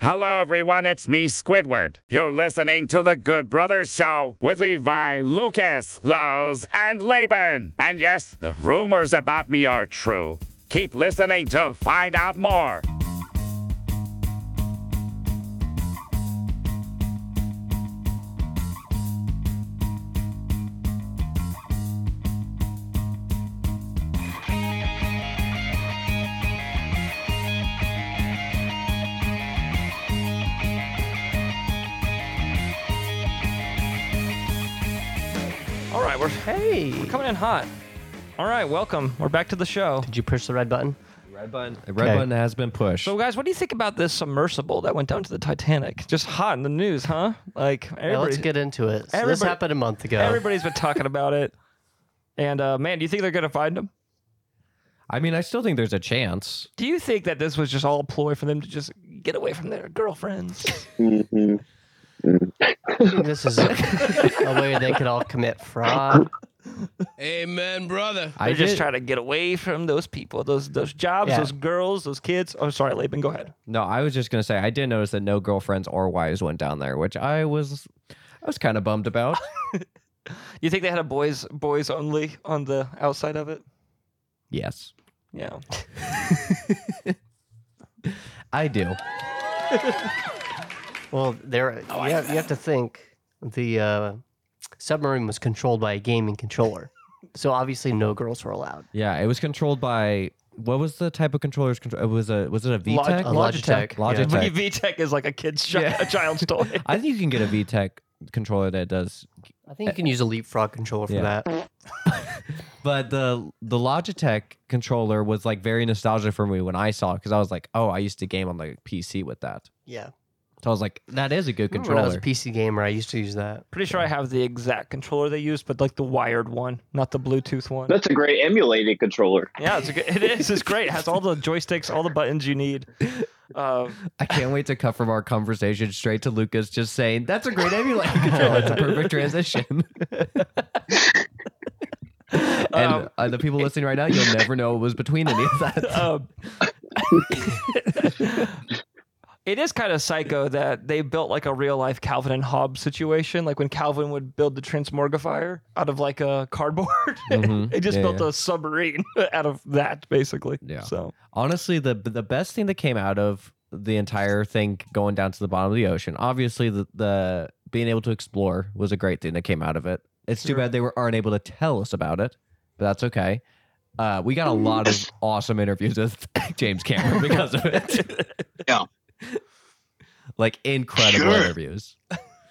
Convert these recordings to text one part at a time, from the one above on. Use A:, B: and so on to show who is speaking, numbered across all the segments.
A: Hello, everyone. It's me, Squidward. You're listening to the Good Brothers Show with Levi, Lucas, Lowes, and Laban. And yes, the rumors about me are true. Keep listening to find out more.
B: All right, we're
C: Hey.
B: we're coming in hot. All right, welcome. We're back to the show.
C: Did you push the red button?
B: Red button.
D: The red
C: Okay.
D: button has been pushed.
B: So, guys, what do you think about this submersible that went down to the Titanic? Just hot in the news, huh? Like everybody,
C: Yeah, let's get into it. So this
B: everybody-
C: happened a month ago.
B: everybody's been talking about it. And uh, man, do you think they're gonna find him?
D: I mean, I still think there's a chance.
B: Do you think that this was just all a ploy for them to just get away from their girlfriends?
C: this is a, a way they could all commit fraud.
E: Amen, brother.
B: They're
D: I
B: just
D: did-
B: trying to get away from those people, those those jobs,
C: Yeah.
B: those girls, those kids. Oh, sorry, Laban, go ahead.
D: No, I was just gonna say I did notice that no girlfriends or wives went down there, which I was, I was kind of bummed about.
B: You think they had a boys boys only on the outside of it?
D: yes,
B: Yeah.
D: I do.
C: Well, there you, have, you have to think the uh, submarine was controlled by a gaming controller, so obviously no girls were allowed.
D: Yeah, it was controlled by what was the type of controllers? Control? It was a was it a
C: Log-
D: VTech?
C: a Logitech, yeah.
D: Logitech.
B: VTech is like a kid's chi-
D: Yeah.
B: a child's toy.
D: I think you can get a VTech controller that does,
C: I think you can use a leapfrog controller for
D: Yeah.
C: that.
D: but the the Logitech controller was like very nostalgic for me when I saw it because I was like, oh, I used to game on the PC with that.
C: Yeah.
D: So I was like, that is a good
C: When I was
D: controller.
C: a PC gamer, I used to use that.
B: Pretty sure I have the exact controller they used, but like the wired one, not the Bluetooth one.
F: That's a great emulated controller.
B: yeah, it's a good, it is. It's great. It has all the joysticks, all the buttons you need. Uh,
D: I can't wait to cut from our conversation straight to Lucas just saying, that's a great emulator controller. It's a perfect transition. and
B: Um,
D: uh, the people listening right now, you'll never know what was between any of that.
B: um, it is kind of psycho that they built like a real life Calvin and Hobbes situation. Like when Calvin would build the transmorgifier out of like a cardboard,
D: Mhm.
B: they just
D: Yeah,
B: built
D: yeah.
B: a submarine out of that basically.
D: Yeah.
B: So
D: Honestly, the the best thing that came out of the entire thing going down to the bottom of the ocean, obviously the, the being able to explore was a great thing that came out of it. It's too
B: Sure.
D: bad they were, aren't able to tell us about it, but that's okay. Uh, we got a lot of awesome interviews with James Cameron because of it.
E: Yeah.
D: Like incredible
E: Sure.
D: interviews.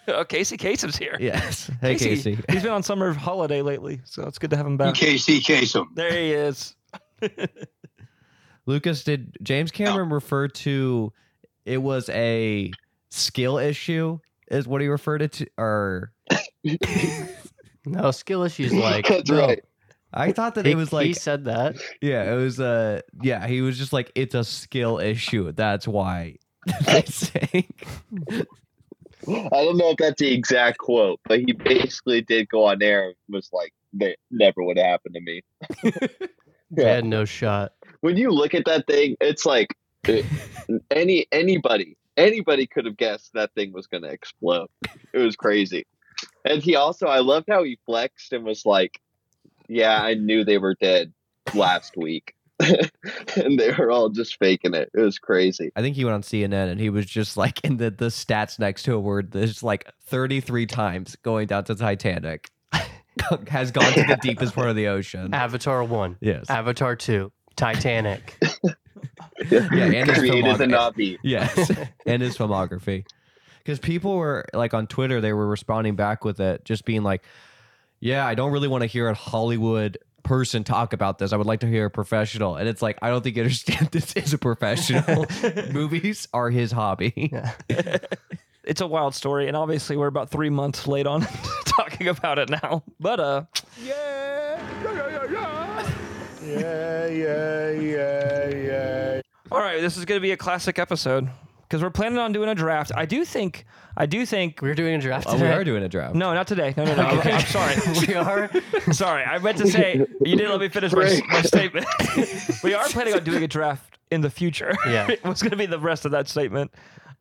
B: oh, Casey Kasem's here.
D: Yes. Hey, Casey.
B: He's been on summer holiday lately, so it's good to have him back.
E: Casey Kasem.
B: There he is.
D: Lucas, did James Cameron refer to it was a skill issue? Is what he referred it to? Or
C: No skill issues. Like
F: That's right.
D: I thought that
C: he,
D: it was
C: he
D: like,
C: said that.
D: yeah, it was uh, yeah, he was just like, it's a skill issue. That's why they sank.
F: I don't know if that's the exact quote, but he basically did go on there and was like, "That never would have happened to me."
C: They
F: yeah.
C: had no shot.
F: When you look at that thing, it's like it- any anybody anybody could have guessed that thing was going to explode. It was crazy. And he also, I loved how he flexed and was like, "Yeah, I knew they were dead last week." and they were all just faking it. It was crazy.
D: I think he went on CNN and he was just like, in the the stats next to a word, there's like 33 times going down to Titanic has gone to the deepest part of the ocean.
C: Avatar one,
D: Yes.
C: Avatar two, Titanic.
D: Yeah, and his
F: created the
D: filmography.
F: Navi.
D: Yes, and his filmography. Because people were like on Twitter, they were responding back with it, just being like, "Yeah, I don't really want to hear a Hollywood person talk about this. I would like to hear a professional." And it's like, I don't think you understand. This is a professional. Movies are his hobby.
B: It's a wild story, and obviously we're about three months late on talking about it now. But uh, yeah, yeah, yeah, yeah, yeah, yeah. All right, this is gonna be a classic episode because we're planning on doing a draft. I do think I do think
C: We're doing a draft.
D: Oh, we
C: today.
D: are doing a draft.
B: no, not today. No, no, no. I'm sorry.
C: we are.
B: Sorry, I meant to say you didn't let me finish my,
F: Frank.
B: my statement. we are planning on doing a draft in the future.
C: Yeah.
B: it was going to be the rest of that statement,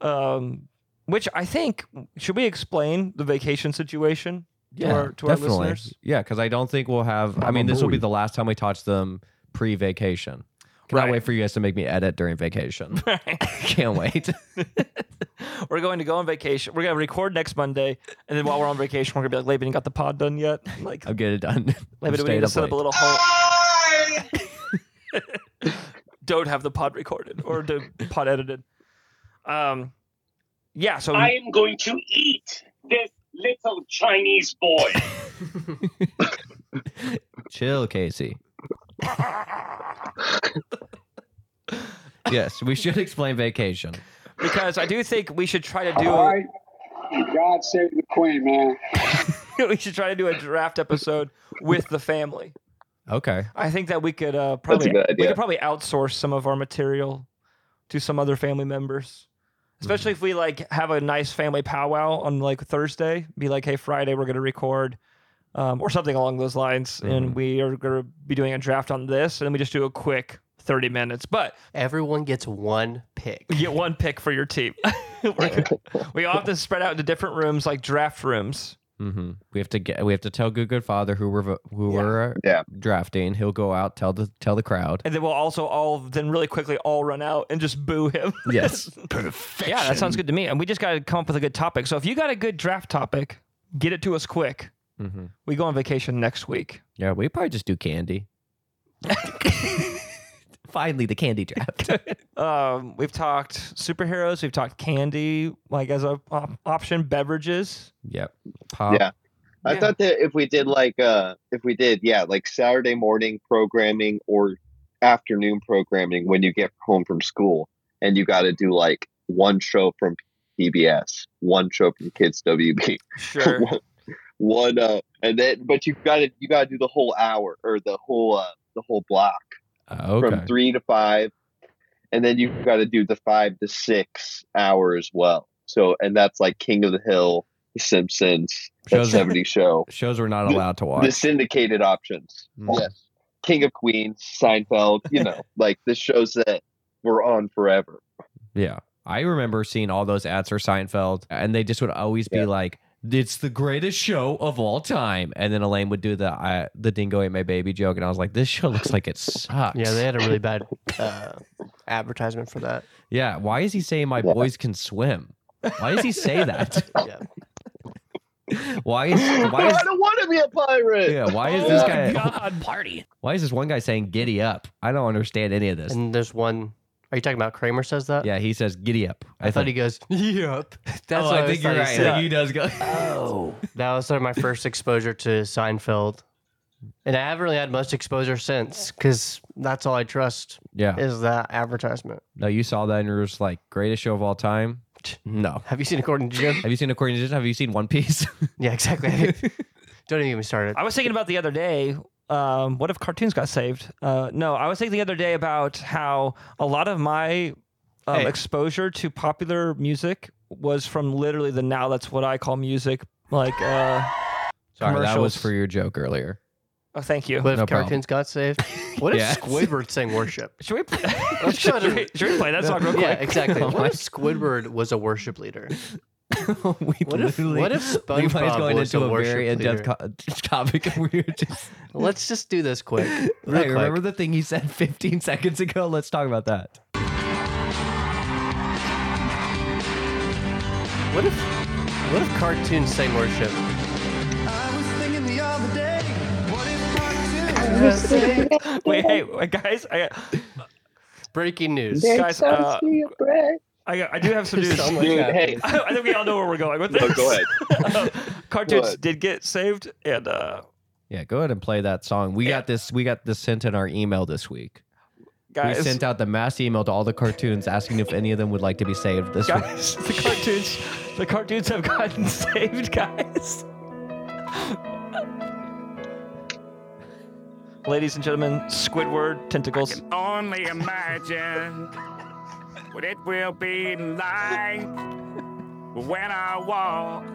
B: um, which I think should we explain the vacation situation to our to our listeners?
D: Yeah, because I don't think we'll have. I mean, this will be the last time we touch them pre-vacation. Cannot
B: Right.
D: wait for you guys to make me edit during vacation. Can't wait.
B: We're going to go on vacation. We're going to record next Monday, and then while we're on vacation, we're going to be like, "Laban, you got the pod done yet?" Like,
D: I'll get it done.
B: Laban, do we
D: Stayed
B: need to
D: up
B: set up a
D: late.
B: little hole. don't have the pod recorded or the pod edited. Um, yeah. So
G: I am going to eat this little Chinese boy.
D: Chill, Casey. yes, we should explain vacation.
B: because I do think we should try to do
G: God save the queen, man.
B: we should try to do a draft episode with the family.
D: Okay.
B: I think that we could uh, probably
F: good
B: we
F: idea.
B: could probably outsource some of our material to some other family members. Especially if we like have a nice family powwow on like Thursday, be like, "Hey, Friday we're going to record." Um, or something along those lines, and
D: Mhm.
B: we are going to be doing a draft on this, and then we just do a quick thirty minutes. But
C: Everyone gets one pick.
B: you get one pick for your team. We're gonna- we all have to spread out into different rooms, like draft rooms.
D: hmm We have to get. We have to tell good good father who we're vo- who we're uh,
F: Yeah.
D: drafting. He'll go out tell the tell the crowd.
B: And then we'll also all then really quickly all run out and just boo him.
D: Yes.
B: yeah, that sounds good to me. And we just got to come up with a good topic. So if you got a good draft topic, get it to us quick.
D: hmm
B: We go on vacation next week.
D: Yeah, we probably just do candy. Finally, the candy draft.
B: Um, we've talked superheroes. We've talked candy, like as a op- option, beverages.
D: yep. Pop.
F: Yeah. I
B: Yeah.
F: thought that if we did like uh if we did yeah like Saturday morning programming or afternoon programming when you get home from school and you got to do like one show from PBS, one show from Kids WB,
B: Sure.
F: one uh and then but you got to you got to do the whole hour or the whole uh the whole block
D: Uh, okay.
F: from 3 to 5 and then you've got to do the 5 to 6 hour as well. So and that's like King of the Hill, The Simpsons, that
D: Shows-
F: 70 show
D: Shows we're not allowed to watch.
F: the syndicated options.
D: Mm.
F: Yes. King of Queens, Seinfeld, you know, like the shows that were on forever.
D: yeah. I remember seeing all those ads for Seinfeld, and they just would always be
F: Yeah.
D: like, "It's the greatest show of all time." And then Elaine would do the I, the dingo ate my baby joke, and I was like, "This show looks like it sucks."
C: Yeah, they had a really bad uh, advertisement for that.
D: yeah. Why is he saying my
F: Yeah.
D: boys can swim? Why does he say that?
C: Yeah.
D: Why is why is
F: I don't want to be a pirate.
D: yeah? Why is this
F: Oh,
D: guy?
B: God, party.
D: Why is this one guy saying "giddy up"? I don't understand any of this.
C: And there's one. Are you talking about Kramer says that?
D: Yeah, he says "giddy up."
C: I thought he goes, yep. That's
D: Oh,
C: what
D: I think you're
C: thought he
D: right. I
C: said.
D: think he does go.
C: Oh. That was sort of my first exposure to Seinfeld. And I haven't really had much exposure since because that's all I trust
D: Yeah.
C: is that advertisement.
D: No, you saw that and you were just like, greatest show of all time. No.
C: Have you seen According to Jim?
D: Have you seen According to Jim? Have you seen One Piece?
C: yeah, exactly. Don't even get me started.
B: I was thinking about the other day. Um, what if cartoons got saved? Uh, no, I was thinking the other day about how a lot of my um,
D: Hey.
B: exposure to popular music was from literally the now that's what I call music. Like, uh,
D: Sorry, that was
B: Commercials.
D: for your joke earlier.
B: oh, thank you.
C: What if
D: No problem.
C: cartoons got saved? What if
D: Yes.
C: Squidward sang worship?
B: Should we, play,
C: Let's
B: should,
C: go to-
B: we, should we play that song real quick?
C: Yeah, exactly.
D: Oh my-
C: What if Squidward was a worship leader?
D: we
C: What if-
D: literally-
C: what if
D: Levi's
C: SpongeBob
D: going
C: was
D: into
C: a
D: a, very
C: worship
D: in-depth co- topic and we were just
C: Let's just do this quick. Real
D: Hey,
C: quick.
D: remember the thing he said 15 seconds ago? Let's talk about that.
C: What if what if cartoons sang worship? I was thinking the other day. What if cartoons
B: Wait, hey, wait, guys, I,
C: Breaking news.
B: guys, uh, I, I do have some news.
C: So much
F: Dude,
C: happened.
F: hey,
B: I, think we all know where we're going with this.
F: no, go ahead.
B: cartoons
F: What?
B: did get saved, and uh,
D: Yeah, go ahead and play that song. We got this. We got this sent in our email this week.
B: guys,
D: we sent out the mass email to all the cartoons asking if any of them would like to be saved this week.
B: guys the cartoons the cartoons have gotten saved guys ladies and gentlemen squidward tentacles
A: Only imagine what it will be like when I walk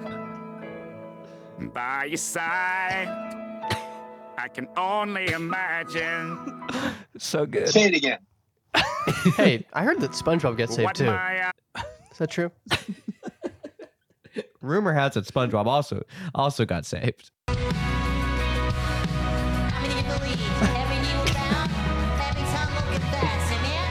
A: by your side. I can only imagine
B: So good.
E: Say it again.
C: hey, I heard that SpongeBob gets saved
A: what
C: too.
A: my
C: Is that true?
D: Rumor has it SpongeBob also also got saved.
H: I'm an invalid. Every knee will bow. Every tongue will confess. Amen.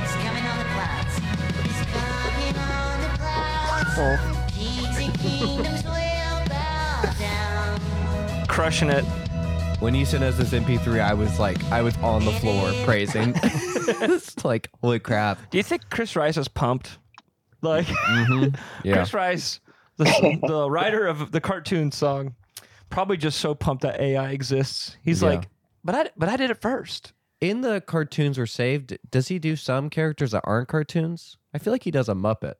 H: He's coming on the clouds. He's coming on the clouds. Kings and kingdoms will bow down.
B: Crushing it.
D: When he sent us this MP3, I was like, I was on the floor praising. it's like, holy crap.
B: Do you think Chris Rice is pumped? Like
D: Mhm. Yeah.
B: Chris Rice, the, the writer of the cartoon song, probably just so pumped that AI exists. He's
D: Yeah.
B: like, but I but I did it first.
D: In the cartoons were saved, does he do some characters that aren't cartoons? I feel like he does a Muppet.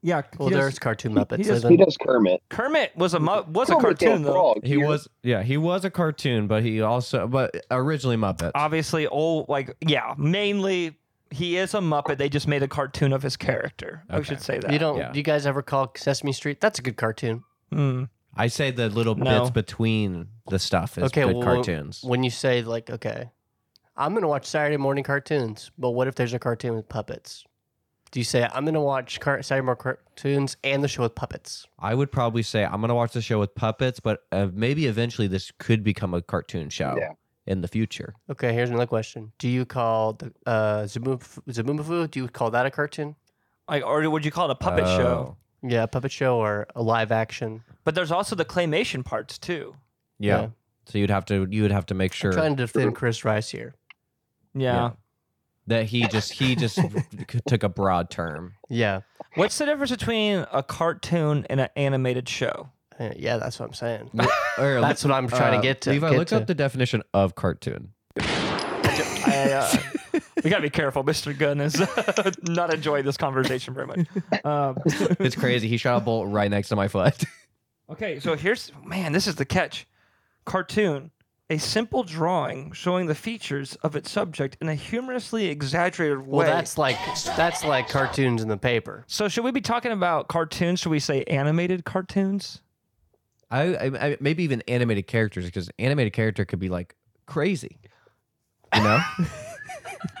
B: Yeah,
C: Well, there's cartoon Muppets.
B: just-
C: so
F: He
C: then-
F: does Kermit.
B: Kermit was a mu- was a
F: Kermit the
B: cartoon though.
F: Frog.
D: He was, yeah, he was a cartoon, but he also, but originally Muppet.
B: Obviously, old like yeah, mainly he is a Muppet. They just made a cartoon of his character. I
D: Okay.
B: should say that.
C: you don't.
D: yeah.
C: Do you guys ever call Sesame Street? That's a good cartoon.
B: Mm.
D: I say the little
B: No.
D: bits between the stuff is
C: Okay,
D: good
C: well,
D: cartoons.
C: When you say like, okay, I'm gonna watch Saturday morning cartoons, but what if there's a cartoon with puppets? Do you say I'm gonna watch car- Saturday morning cartoons and the show with puppets?
D: I would probably say I'm gonna watch the show with puppets, but uh, maybe eventually this could become a cartoon show
F: Yeah.
D: in the future.
C: Okay, here's another question. Do you call the uh, Zaboof- Zaboomafoo? Do you call that a cartoon?
B: Like, or would you call it a puppet show?
D: Oh,
C: Yeah, a puppet show or a live action?
B: But there's also the claymation parts too.
D: Yeah. So you'd have to you would have to make
C: I'm
D: sure
C: trying to defend Chris Rice here.
B: yeah.
D: Yeah. that he just he just c- took a broad term.
C: Yeah,
B: What's the difference between a cartoon and an animated show?
C: Uh, yeah, that's what I'm saying.
D: Or,
C: That's what I'm trying
D: uh,
C: to get to.
D: Levi,
C: get
D: look
C: to.
D: up the definition of cartoon.
B: I, uh, we gotta be careful. Mr. Gunn is not enjoying this conversation very much. Um,
D: It's crazy. He shot a bolt right next to my foot.
B: okay, so here's man, this is the catch. Cartoon, a simple drawing showing the features of its subject in a humorously exaggerated way.
C: Well, that's like that's like cartoons in the paper.
B: so should we be talking about cartoons? Should we say animated cartoons?
D: I, I, I maybe even animated characters because animated character could be like crazy. You know?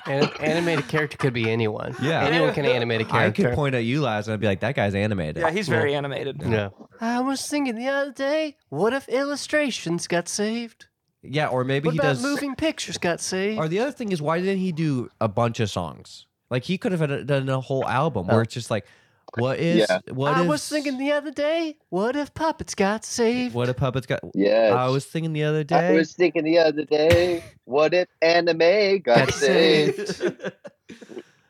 C: An- animated character could be anyone.
D: Yeah.
C: anyone can animate a
D: I
C: character.
D: could point at you last and I'd be like, that guy's animated.
B: Yeah, he's very animated.
C: yeah. I was thinking the other day, what if illustrations got saved?
D: Yeah, or maybe
C: What
D: he
C: about
D: does.
C: moving pictures got saved?
D: Or the other thing is, why didn't he do a bunch of songs? Like he could have had a- done a whole album where it's just like, what is
F: Yeah.
D: what
C: I
D: is-
C: was thinking the other day, what if puppets got saved?
D: what a puppet's got.
F: Yes.
D: I was thinking the other
F: I
D: day.
F: was thinking the other day, what if anime got
C: got
F: saved?
C: saved?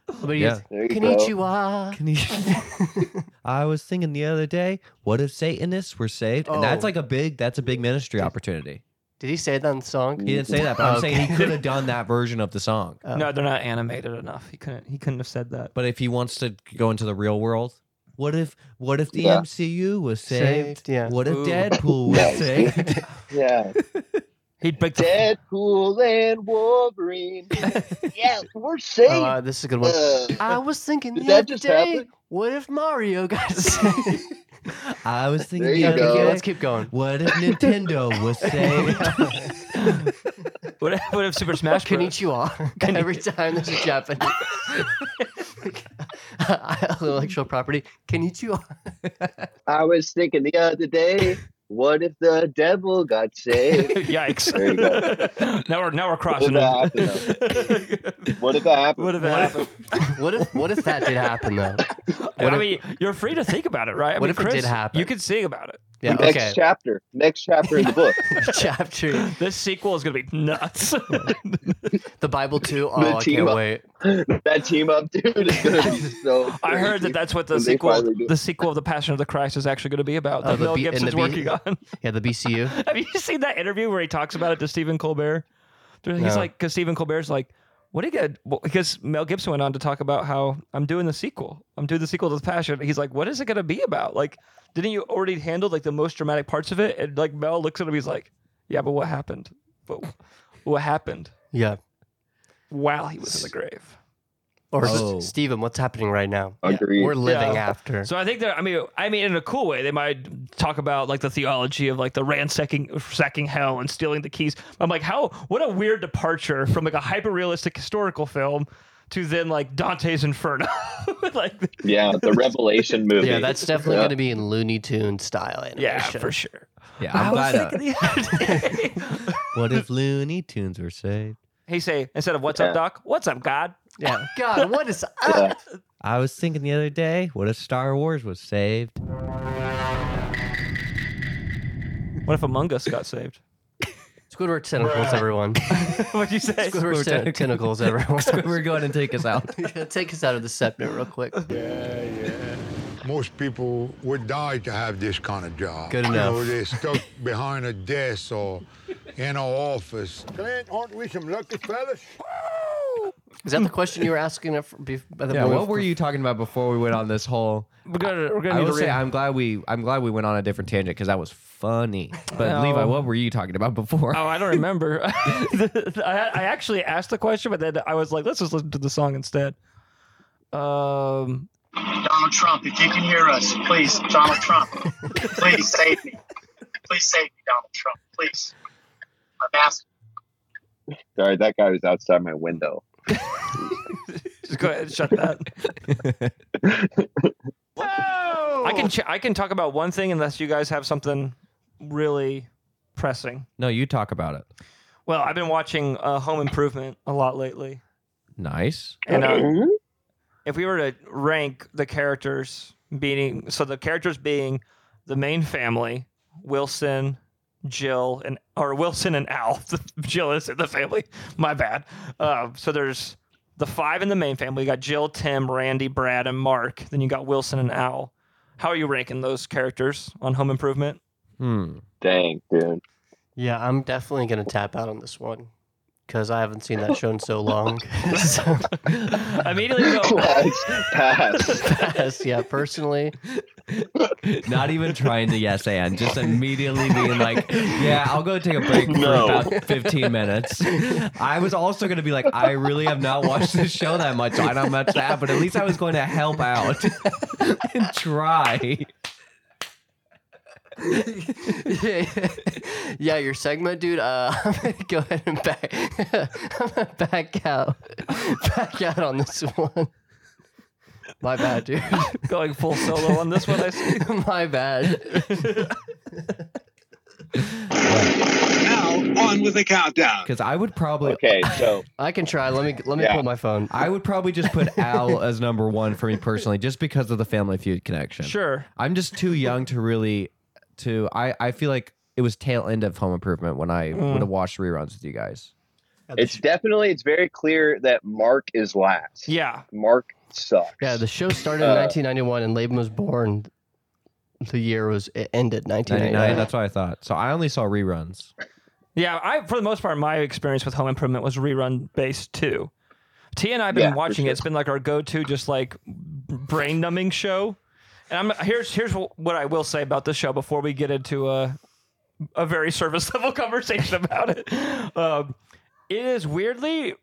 C: What do you
D: Yeah.
F: There you go.
C: Konnichiwa.
D: Can you- I was thinking the other day. What if Satanists were saved? And that's
C: Oh.
D: like a big. That's a big ministry opportunity.
C: Did he say that in the song?
D: He didn't say that, but I'm saying
C: Okay.
D: he could have done that version of the song.
C: Oh.
B: No, they're not animated enough. He couldn't he couldn't have said that.
D: But if he wants to go into the real world, what if what if the
F: Yeah.
D: MCU was saved?
C: Saved, yeah.
D: What if
B: Ooh.
D: Deadpool was
F: Nice.
D: saved?
F: Yeah.
B: He'd break the
F: Deadpool and Wolverine. yeah, we're saved.
C: Oh, uh, this is a good one.
F: Uh,
C: I was thinking
F: Did
C: the
F: that
C: other
F: just
C: day,
F: happen?
C: what if Mario got saved?
D: I was thinking
F: There
D: the
F: you
D: other
F: go.
D: day.
C: Okay, let's keep going.
D: What if Nintendo was saved?
B: What if, what if Super Smash Bros?
C: Konnichiwa. Every time there's a Japanese intellectual property, Konnichiwa.
F: I was thinking the other day, what if the devil got saved?
B: Yikes!
F: There you
B: now we're now we're
F: What
B: crossing.
F: if
B: it.
F: that happened? What if that happened?
B: What if that happened?
C: What if what if that did happen though?
B: I mean, you're free to think about it, right? I
C: What
B: mean,
C: if it did
B: Chris,
C: happen?
B: You can sing about it.
C: Yeah,
F: Next
C: okay.
F: chapter. Next chapter in the book.
C: Chapter
B: This sequel is gonna be nuts.
C: the Bible too. Oh, I can't
F: Konnichiwa.
C: wait.
F: that team up, dude, is going to be so.
B: I heard that that's what the
F: When they
B: sequel,
F: finally do it.
B: the sequel of the Passion of the Christ, is actually going to be about.
C: Oh,
B: That
C: the
B: Mel
C: B- and the
B: Gibson's
C: B-
B: working on.
C: Yeah, the BCU.
B: Have you seen that interview where he talks about it to Stephen Colbert? He's
C: No.
B: like, because Stephen Colbert's like, what do you get? well, Because Mel Gibson went on to talk about how I'm doing the sequel. I'm doing the sequel to The Passion. He's like, what is it going to be about? Like, didn't you already handle like the most dramatic parts of it? And like Mel looks at him, he's like, yeah, but what happened? But what happened
C: Yeah.
B: while he was in the grave?
C: Or
D: Oh.
C: Stephen, Steven, what's happening right now?
F: Agreed.
C: We're living
B: Yeah.
C: after.
B: So I think that I mean I mean in a cool way they might talk about like the theology of like the ransacking sacking hell and stealing the keys. I'm like how what a weird departure from like a hyper realistic historical film to then like Dante's Inferno. like
F: Yeah, the Revelation movie.
C: yeah, that's definitely
F: Yeah.
C: going to be in Looney Tunes style animation.
B: yeah, for sure.
D: Yeah,
B: I
D: I'm
B: was
D: glad. uh,
B: thinking the other day.
D: what if Looney Tunes were saved?
B: He say instead of what's
F: Yeah.
B: up doc, what's up God?
C: Yeah. God, what is up?
F: Yeah.
D: I was thinking the other day, what if Star Wars was saved?
B: What if Among Us got saved?
C: Squidward tentacles, everyone.
B: What'd you say?
C: Squidward ten- tentacles, everyone.
D: We're going to take us out.
C: Take us out of the septa real quick.
I: Most people would die to have this kind of job.
C: Good
I: You
C: enough.
I: know, they're stuck behind a desk or in an office. Clint, aren't we some lucky fellas?
C: Is that the question you were asking? At, be, by the
D: Yeah,
C: boy-
D: what were you talking about before we went on this whole?
B: We're gonna we're
D: I
B: gonna need
D: will
B: to
D: say
B: read.
D: I'm glad we I'm glad we went on a different tangent because that was funny. But
B: Oh.
D: Levi, what were you talking about before?
B: Oh, I don't remember. I, I actually asked the question, but then I was like, let's just listen to the song instead. Um,
J: Donald Trump, if you can hear us, please, Donald Trump, please save me. Please save me, Donald Trump, please. I'm asking.
F: Sorry, that guy was outside my window.
B: just go ahead and shut that. I can ch- I can talk about one thing unless you guys have something really pressing.
D: No, you talk about it.
B: Well, I've been watching uh, Home Improvement a lot lately,
D: Nice.
B: and uh, if we were to rank the characters being so the characters being the main family wilson jill and or wilson and al jill is in the family my bad uh, so there's the five in the main family you got jill tim randy brad and mark then you got wilson and al how are you ranking those characters on home improvement
D: Hmm.
F: Dang, dude.
C: Yeah, I'm definitely going to tap out on this one because I haven't seen that show in so long. so,
B: immediately
C: Oh.
B: go,
F: Pass. Pass.
C: yes, yeah, personally.
D: Not even trying to yes and just immediately being like, yeah, I'll go take a break
F: No.
D: for about 15 minutes. I was also going to be like, I really have not watched this show that much. I don't much that, but at least I was going to help out and try.
C: yeah, yeah, your segment, dude. Uh, I'm gonna go ahead and back. I'm gonna back out, back out on this one. My bad, dude.
B: going full solo on this one i see
C: My bad.
E: Now on with the countdown.
D: Because I would probably,
F: Okay, so
C: I can try. Let me let me
F: Yeah.
C: pull my phone.
D: I would probably just put Al as number one for me personally, just because of the Family Feud connection.
B: sure
D: I'm just too young to really to I I feel like it was tail end of Home Improvement when I
B: Mm.
D: would have watched reruns with you guys.
F: it's definitely it's very clear that Mark is last.
B: yeah
F: Mark sucks.
C: Yeah, the show started in
F: Uh,
C: 1991, and Laban was born. The year was it ended
D: 99,
C: 1999.
D: that's what I thought. So I only saw reruns.
B: Yeah, I for the most part, my experience with Home Improvement was rerun based too. T and I've been
F: Yeah, for
B: watching it.
F: sure.
B: It's been like our go to, just like brain numbing show. And I'm here's here's what I will say about this show before we get into a a very service level conversation about it. Um, it is weirdly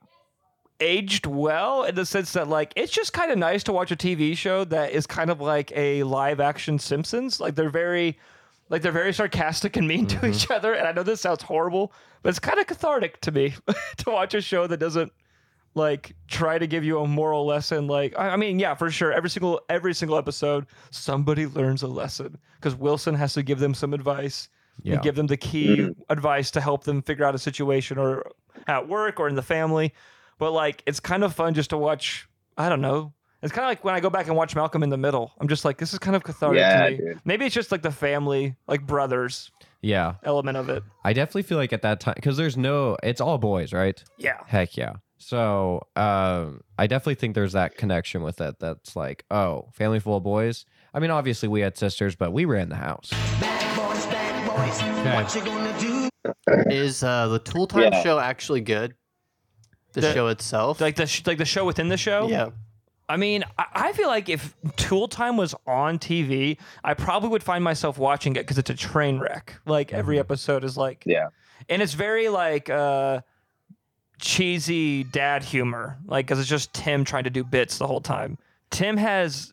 B: aged well in the sense that like it's just kind of nice to watch a TV show that is kind of like a live action Simpsons. Like they're very like they're very sarcastic and mean to each other and I know this sounds horrible, but it's kind of cathartic to me to watch a show that doesn't like try to give you a moral lesson like I, I mean yeah for sure every single every single episode somebody learns a lesson because wilson has to give them some advice
D: Yeah.
B: and give them the key advice to help them figure out a situation or at work or in the family but like it's kind of fun just to watch i don't know it's kind of like when i go back and watch malcolm in the middle i'm just like this is kind of cathartic
F: Yeah,
B: to me
F: dude.
B: maybe it's just like the family like brothers
D: Yeah.
B: element of it
D: I definitely feel like at that time cuz there's no it's all boys, right?
B: yeah
D: Heck yeah. So, um I definitely think there's that connection with it that's like, oh, family full of boys. I mean, obviously we had sisters, but we ran the house.
C: Is uh, the Tool Time
F: Yeah.
C: show actually good? The,
B: The-
C: show itself.
B: like the sh- like the show within the show
C: yeah.
B: I mean, I- I feel like if Tool Time was on TV, I probably would find myself watching it because it's a train wreck. Like every episode is like,
F: Yeah.
B: and it's very like, uh, cheesy dad humor, like because it's just Tim trying to do bits the whole time. Tim has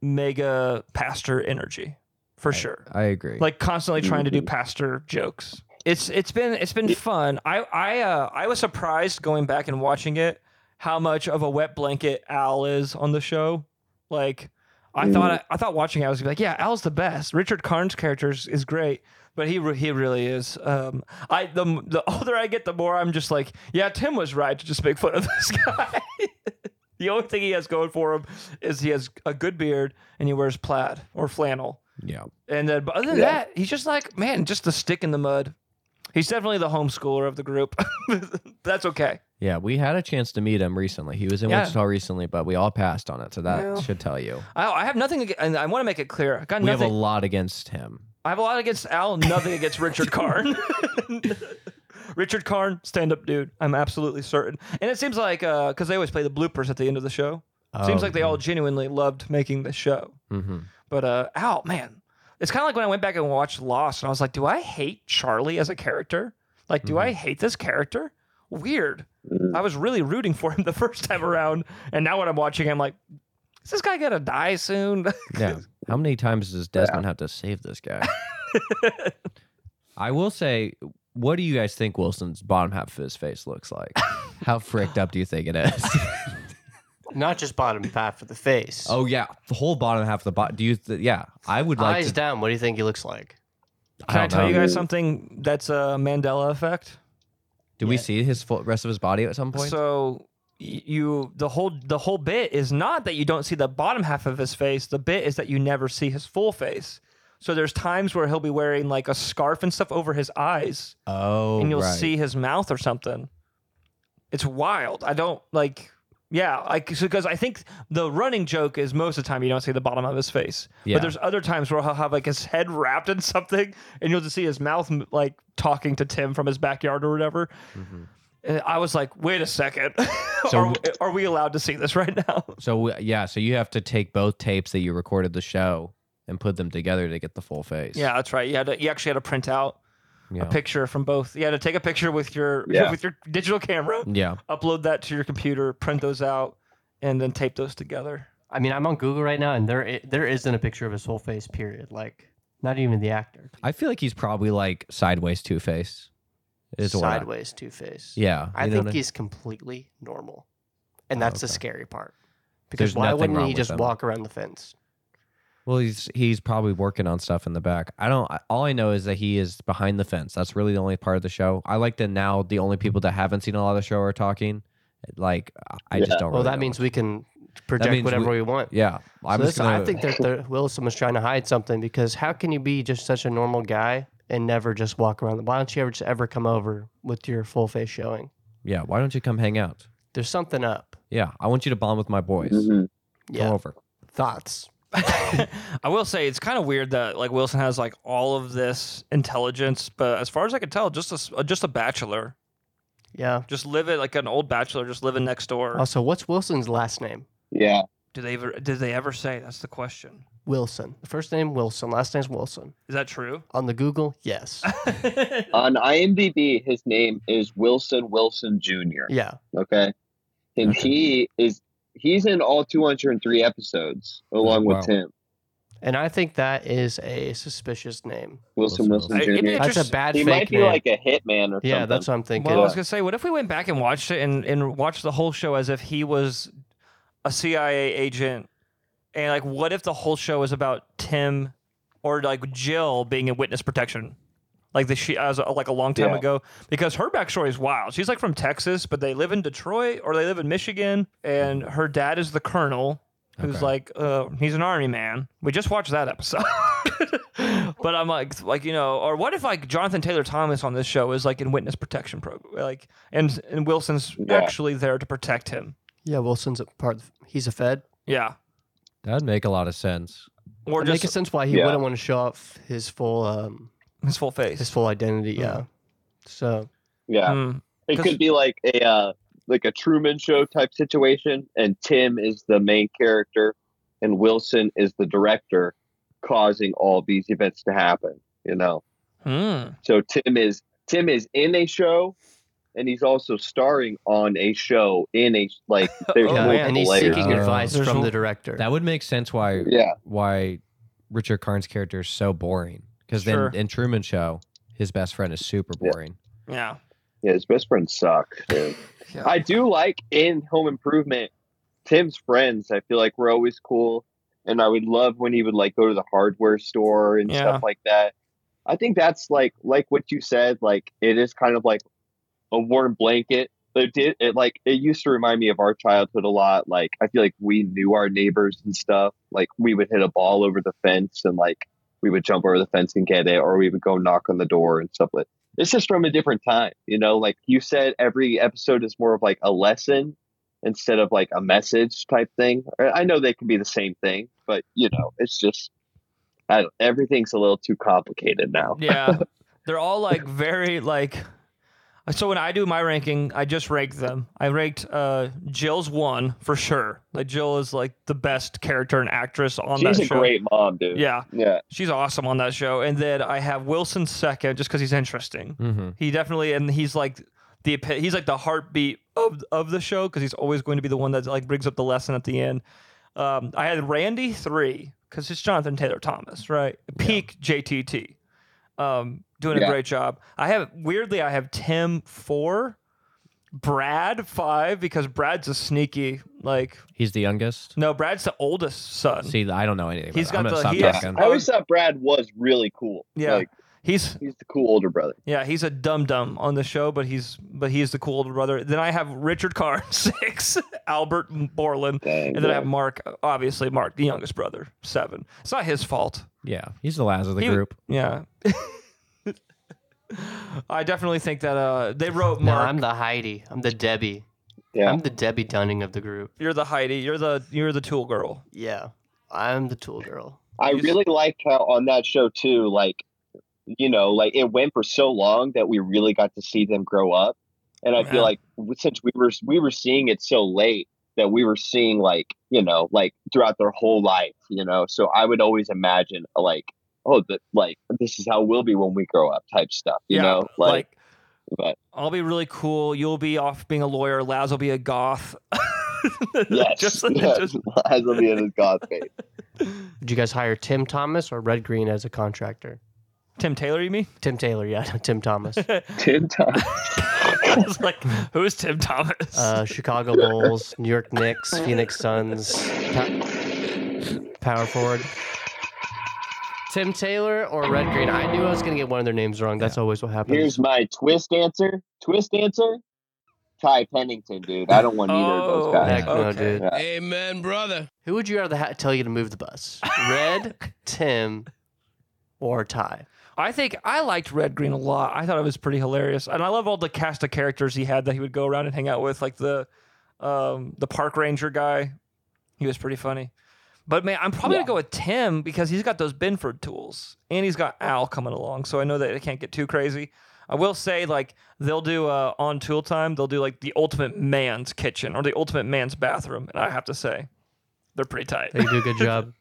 B: mega pastor energy for sure,
D: I agree.
B: like constantly trying to do pastor jokes. It's it's been it's been fun. I I uh, I was surprised going back and watching it how much of a wet blanket Al is on the show. Like I thought I, thought watching it, I was gonna be like, yeah, Al's the best. Richard Karn's character is, is great, but he re- he really is. Um, I the m- the older I get, the more I'm just like, yeah, Tim was right to just make fun of this guy. the only thing he has going for him is he has a good beard and he wears plaid or flannel.
D: yeah.
B: And then, but other than
F: Yeah.
B: that, he's just like, man, just a stick in the mud. He's definitely the homeschooler of the group. That's okay.
D: Yeah, we had a chance to meet him recently. He was in
B: Yeah.
D: Wichita recently, but we all passed on it. So that
B: Well.
D: should tell you.
B: I, I have nothing, ag- and I want to make it clear. I got
D: We have a
B: nothing.
D: lot against him.
B: I have a lot against Al, nothing against Richard Karn. Richard Karn, stand up dude. I'm absolutely certain. And it seems like, because they always play the bloopers at the end of the show, seems
D: Oh,
B: like they all genuinely loved making the show.
D: hmm
B: But uh, Al, man, it's kind of like when I went back and watched Lost, and I was like, do I hate Charlie as a character? Like, do
D: Mm-hmm.
B: I hate this character? Weird.
D: Mm.
B: I was really rooting for him the first time around, and now when I'm watching, I'm like, is this guy gonna die soon?
D: Yeah. How many times does Desmond have to save this guy? I will say, what do you guys think Wilson's bottom half of his face looks like? How fricked up do you think it is?
C: Not just bottom half of the face.
D: oh yeah, the whole bottom half of the body. Do you? Th- yeah, I would like
C: eyes
D: to.
C: down. What do you think he looks like?
D: I
B: Can I,
D: don't
B: tell
D: know.
B: you guys something that's a Mandela effect?
D: Did we see his full, rest of his body at some point?
B: So y- you the whole the whole bit is not that you don't see the bottom half of his face. The bit is that you never see his full face. So there's times where he'll be wearing like a scarf and stuff over his eyes,
D: oh,
B: and you'll
D: right.
B: see his mouth or something. It's wild. I don't like. Yeah, like because I think the running joke is most of the time you don't see the bottom of his face,
D: Yeah.
B: but there's other times where he'll have like his head wrapped in something, and you'll just see his mouth like talking to Tim from his backyard or whatever.
D: Mhm.
B: And I was like, wait a second.
D: So-
B: are, are we allowed to see this right now?
D: So we- yeah, so you have to take both tapes that you recorded the show and put them together to get the full face.
B: Yeah, that's right. You had to, you actually had to print out
D: Yeah.
B: a picture from both. You had to take a picture with your
F: Yeah.
B: with your digital camera,
D: yeah.
B: upload that to your computer, print those out, and then tape those together.
C: I mean, I'm on Google right now, and there i- there isn't a picture of his whole face. Period. Like, not even the actor.
D: I feel like he's probably like sideways Two Face. Is what I-
C: sideways Two Face.
D: Yeah.
C: I
D: you know
C: think
D: what
C: he's completely normal, and that's the
D: okay.
C: scary part.
D: There's
C: Because why
D: nothing
C: wouldn't
D: wrong
C: he
D: with
C: just
D: him.
C: walk around the fence?
D: Well, he's he's probably working on stuff in the back. I don't. I- All I know is that he is behind the fence. That's really the only part of the show. I like that now. The only people that haven't seen a lot of the show are talking. Like I- I
F: Yeah.
D: just don't.
C: Well,
D: really
C: that
D: know
C: means
D: what-
C: we can project
D: means
C: whatever we,
D: we-
C: want.
D: Yeah,
C: So
D: I'm
C: this,
D: just gonna,
C: I think that there, Wilson was trying to hide something because how can you be just such a normal guy and never just walk around? the- Why don't you ever just ever come over with your full face showing?
D: Yeah, why don't you come hang out?
C: There's something up.
D: Yeah, I want you to bond with my boys.
F: Mhm.
C: Mm-hmm. Yeah.
D: Come over.
C: Thoughts.
B: I will say it's kind of weird that like Wilson has like all of this intelligence, but as far as I can tell, just a s- uh, just a bachelor,
C: Yeah.
B: just living like an old bachelor, just living next door.
C: Also, Uh, what's Wilson's last name?
F: Yeah.
B: Do they ever did they ever say? That's the question.
C: Wilson. The first name Wilson. Last name's Wilson.
B: Is that true?
C: On the Google, yes.
F: On IMDb, his name is Wilson Wilson Jr.
C: yeah.
F: Okay. And he is he's in all 203 episodes along
D: Wow.
F: with Tim.
C: And I think that is a suspicious name.
F: Wilson
D: Wilson
F: Wilson,
B: Wilson. I-
F: Jr.
B: it-
C: That's a
B: Just-
C: bad
F: He
C: fake
F: might be
C: name.
F: like a hitman or
C: yeah,
F: something.
C: that's what I'm thinking.
B: Well, I was gonna say, what if we went back and watched it and, and watched the whole show as if he was a CIA agent, and like, what if the whole show was about Tim or like Jill being in witness protection, like the she as like a long time
F: Yeah.
B: ago, because her backstory is wild. She's like from Texas, but they live in Detroit or they live in Michigan, and her dad is the colonel, who's
D: Okay.
B: like uh, he's an army man. We just watched that episode. but I'm like like you know, or what if like Jonathan Taylor Thomas on this show is like in witness protection program, like and and Wilson's
F: Yeah.
B: actually there to protect him.
C: yeah, Wilson's a part. Of, he's a Fed.
B: Yeah.
D: That'd make a lot of sense.
B: Or
C: It
B: just
C: makes sense why he
F: Yeah.
C: wouldn't want to show off his full um,
B: his full
C: his
B: face.
C: full identity. Yeah.
B: Mm-hmm.
C: So
F: yeah.
B: Hmm.
F: It
B: 'Cause-
F: could be like a uh, like a Truman Show type situation, and Tim is the main character, and Wilson is the director, causing all these events to happen. You know,
B: Hmm.
F: so Tim is Tim is in a show, and he's also starring on a show in a like. There's
C: Yeah,
F: multiple
C: and he's
F: layers.
C: seeking
D: Uh,
C: advice
B: Oh, There's
C: from
B: a-
C: the director.
D: That would make sense why
F: Yeah.
D: why Richard Karn's character is so boring. Because
B: Sure.
D: then in Truman Show, his best friend is super
F: Yeah.
D: boring.
B: Yeah.
F: Yeah, his best friends suck. dude.
C: Yeah.
F: I do like in Home Improvement, Tim's friends. I feel like were always cool, and I would love when he would like go to the hardware store and
B: Yeah.
F: stuff like that. I think that's like like what you said. Like it is kind of like a warm blanket. But it did it like it used to remind me of our childhood a lot. Like I feel like we knew our neighbors and stuff. Like we would hit a ball over the fence and like we would jump over the fence and get it, or we would go knock on the door and stuff like it's just from a different time you know like you said every episode is more of like a lesson instead of like a message type thing i I know they can be the same thing but you know it's just I don't, everything's a little too complicated now
B: Yeah. They're all like very like so when I do my ranking, I just rank them. I ranked uh Jill's one for sure. Like Jill is like the best character and actress on
F: she's
B: that
F: a
B: show.
F: great mom dude
B: yeah.
F: yeah
B: She's awesome on that show. And then I have Wilson second just because he's interesting.
D: Mm-hmm.
B: He definitely and he's like the epi- he's like the heartbeat of of the show because he's always going to be the one that like brings up the lesson at the end. Um, I had Randy three because it's Jonathan Taylor Thomas, right? Peak JTT, um, doing a
F: Yeah.
B: great job. I have weirdly I have Tim four, Brad five because Brad's a sneaky like
D: He's the youngest.
B: no Brad's the oldest son.
D: See, I don't know anything.
B: Mm. He's
D: He's about
B: got
D: got
B: the-
D: I'm gonna
B: he
D: stop
B: has-
D: talking.
F: i always thought brad was really cool
B: Yeah.
F: like
B: He's
F: he's the cool older brother
B: Yeah, he's a dum dum on the show, but he's but he's the cool older brother. Then I have Richard Carr six, Albert Borland,
F: Dang,
B: and then I have
F: yeah.
B: Mark, obviously Mark, the youngest brother, seven. It's not his fault.
D: Yeah, he's the last of the
B: He-
D: group.
B: Yeah. I definitely think that uh they wrote
C: no,
B: Mark.
C: I'm the Heidi. I'm the Debbie.
F: Yeah.
C: I'm the Debbie Dunning of the group.
B: you're the Heidi. You're the you're the tool girl.
C: Yeah, I'm the tool girl.
F: i
B: He's-
F: really liked how on that show too like you know like it went for so long that we really got to see them grow up and i
B: Yeah.
F: feel like w- since we were we were seeing it so late that we were seeing like you know like throughout their whole life you know so i would always imagine like oh that like this is how we'll be when we grow up type stuff you
B: yeah,
F: know like, but
B: I'll be really cool. You'll be off being a lawyer. Laz will be a goth.
F: yes
B: Just-
F: yes,
B: just-
F: as of the end of god's face
C: Did you guys hire Tim Thomas or Red Green as a contractor?
B: Tim Taylor, you mean?
C: Tim Taylor, yeah, Tim Thomas.
F: ten times
B: I was like, who's Tim Thomas?
C: Uh, Chicago Bulls, New York Knicks, Phoenix Suns, pa- power forward. Tim Taylor or Red Green? I knew I was gonna get one of their names wrong. That's always what happens.
F: here's my twist answer twist answer ty pennington dude i don't want either of
B: Oh,
F: those
C: Heck
F: guys
C: no,
B: Okay.
C: dude.
K: Amen, brother.
C: Who would you rather ha- tell you to move the bus? Red, Tim, or Ty?
B: I think I liked Red Green a lot. I thought it was pretty hilarious, and I love all the cast of characters he had that he would go around and hang out with, like the um, the park ranger guy. He was pretty funny. But man, I'm probably gonna go with Tim because he's got those Benford tools, and he's got Al coming along, so I know that it can't get too crazy. I will say, like they'll do uh, on tool time, they'll do like the ultimate man's kitchen or the ultimate man's bathroom, and I have to say, they're pretty tight.
C: They do a good job.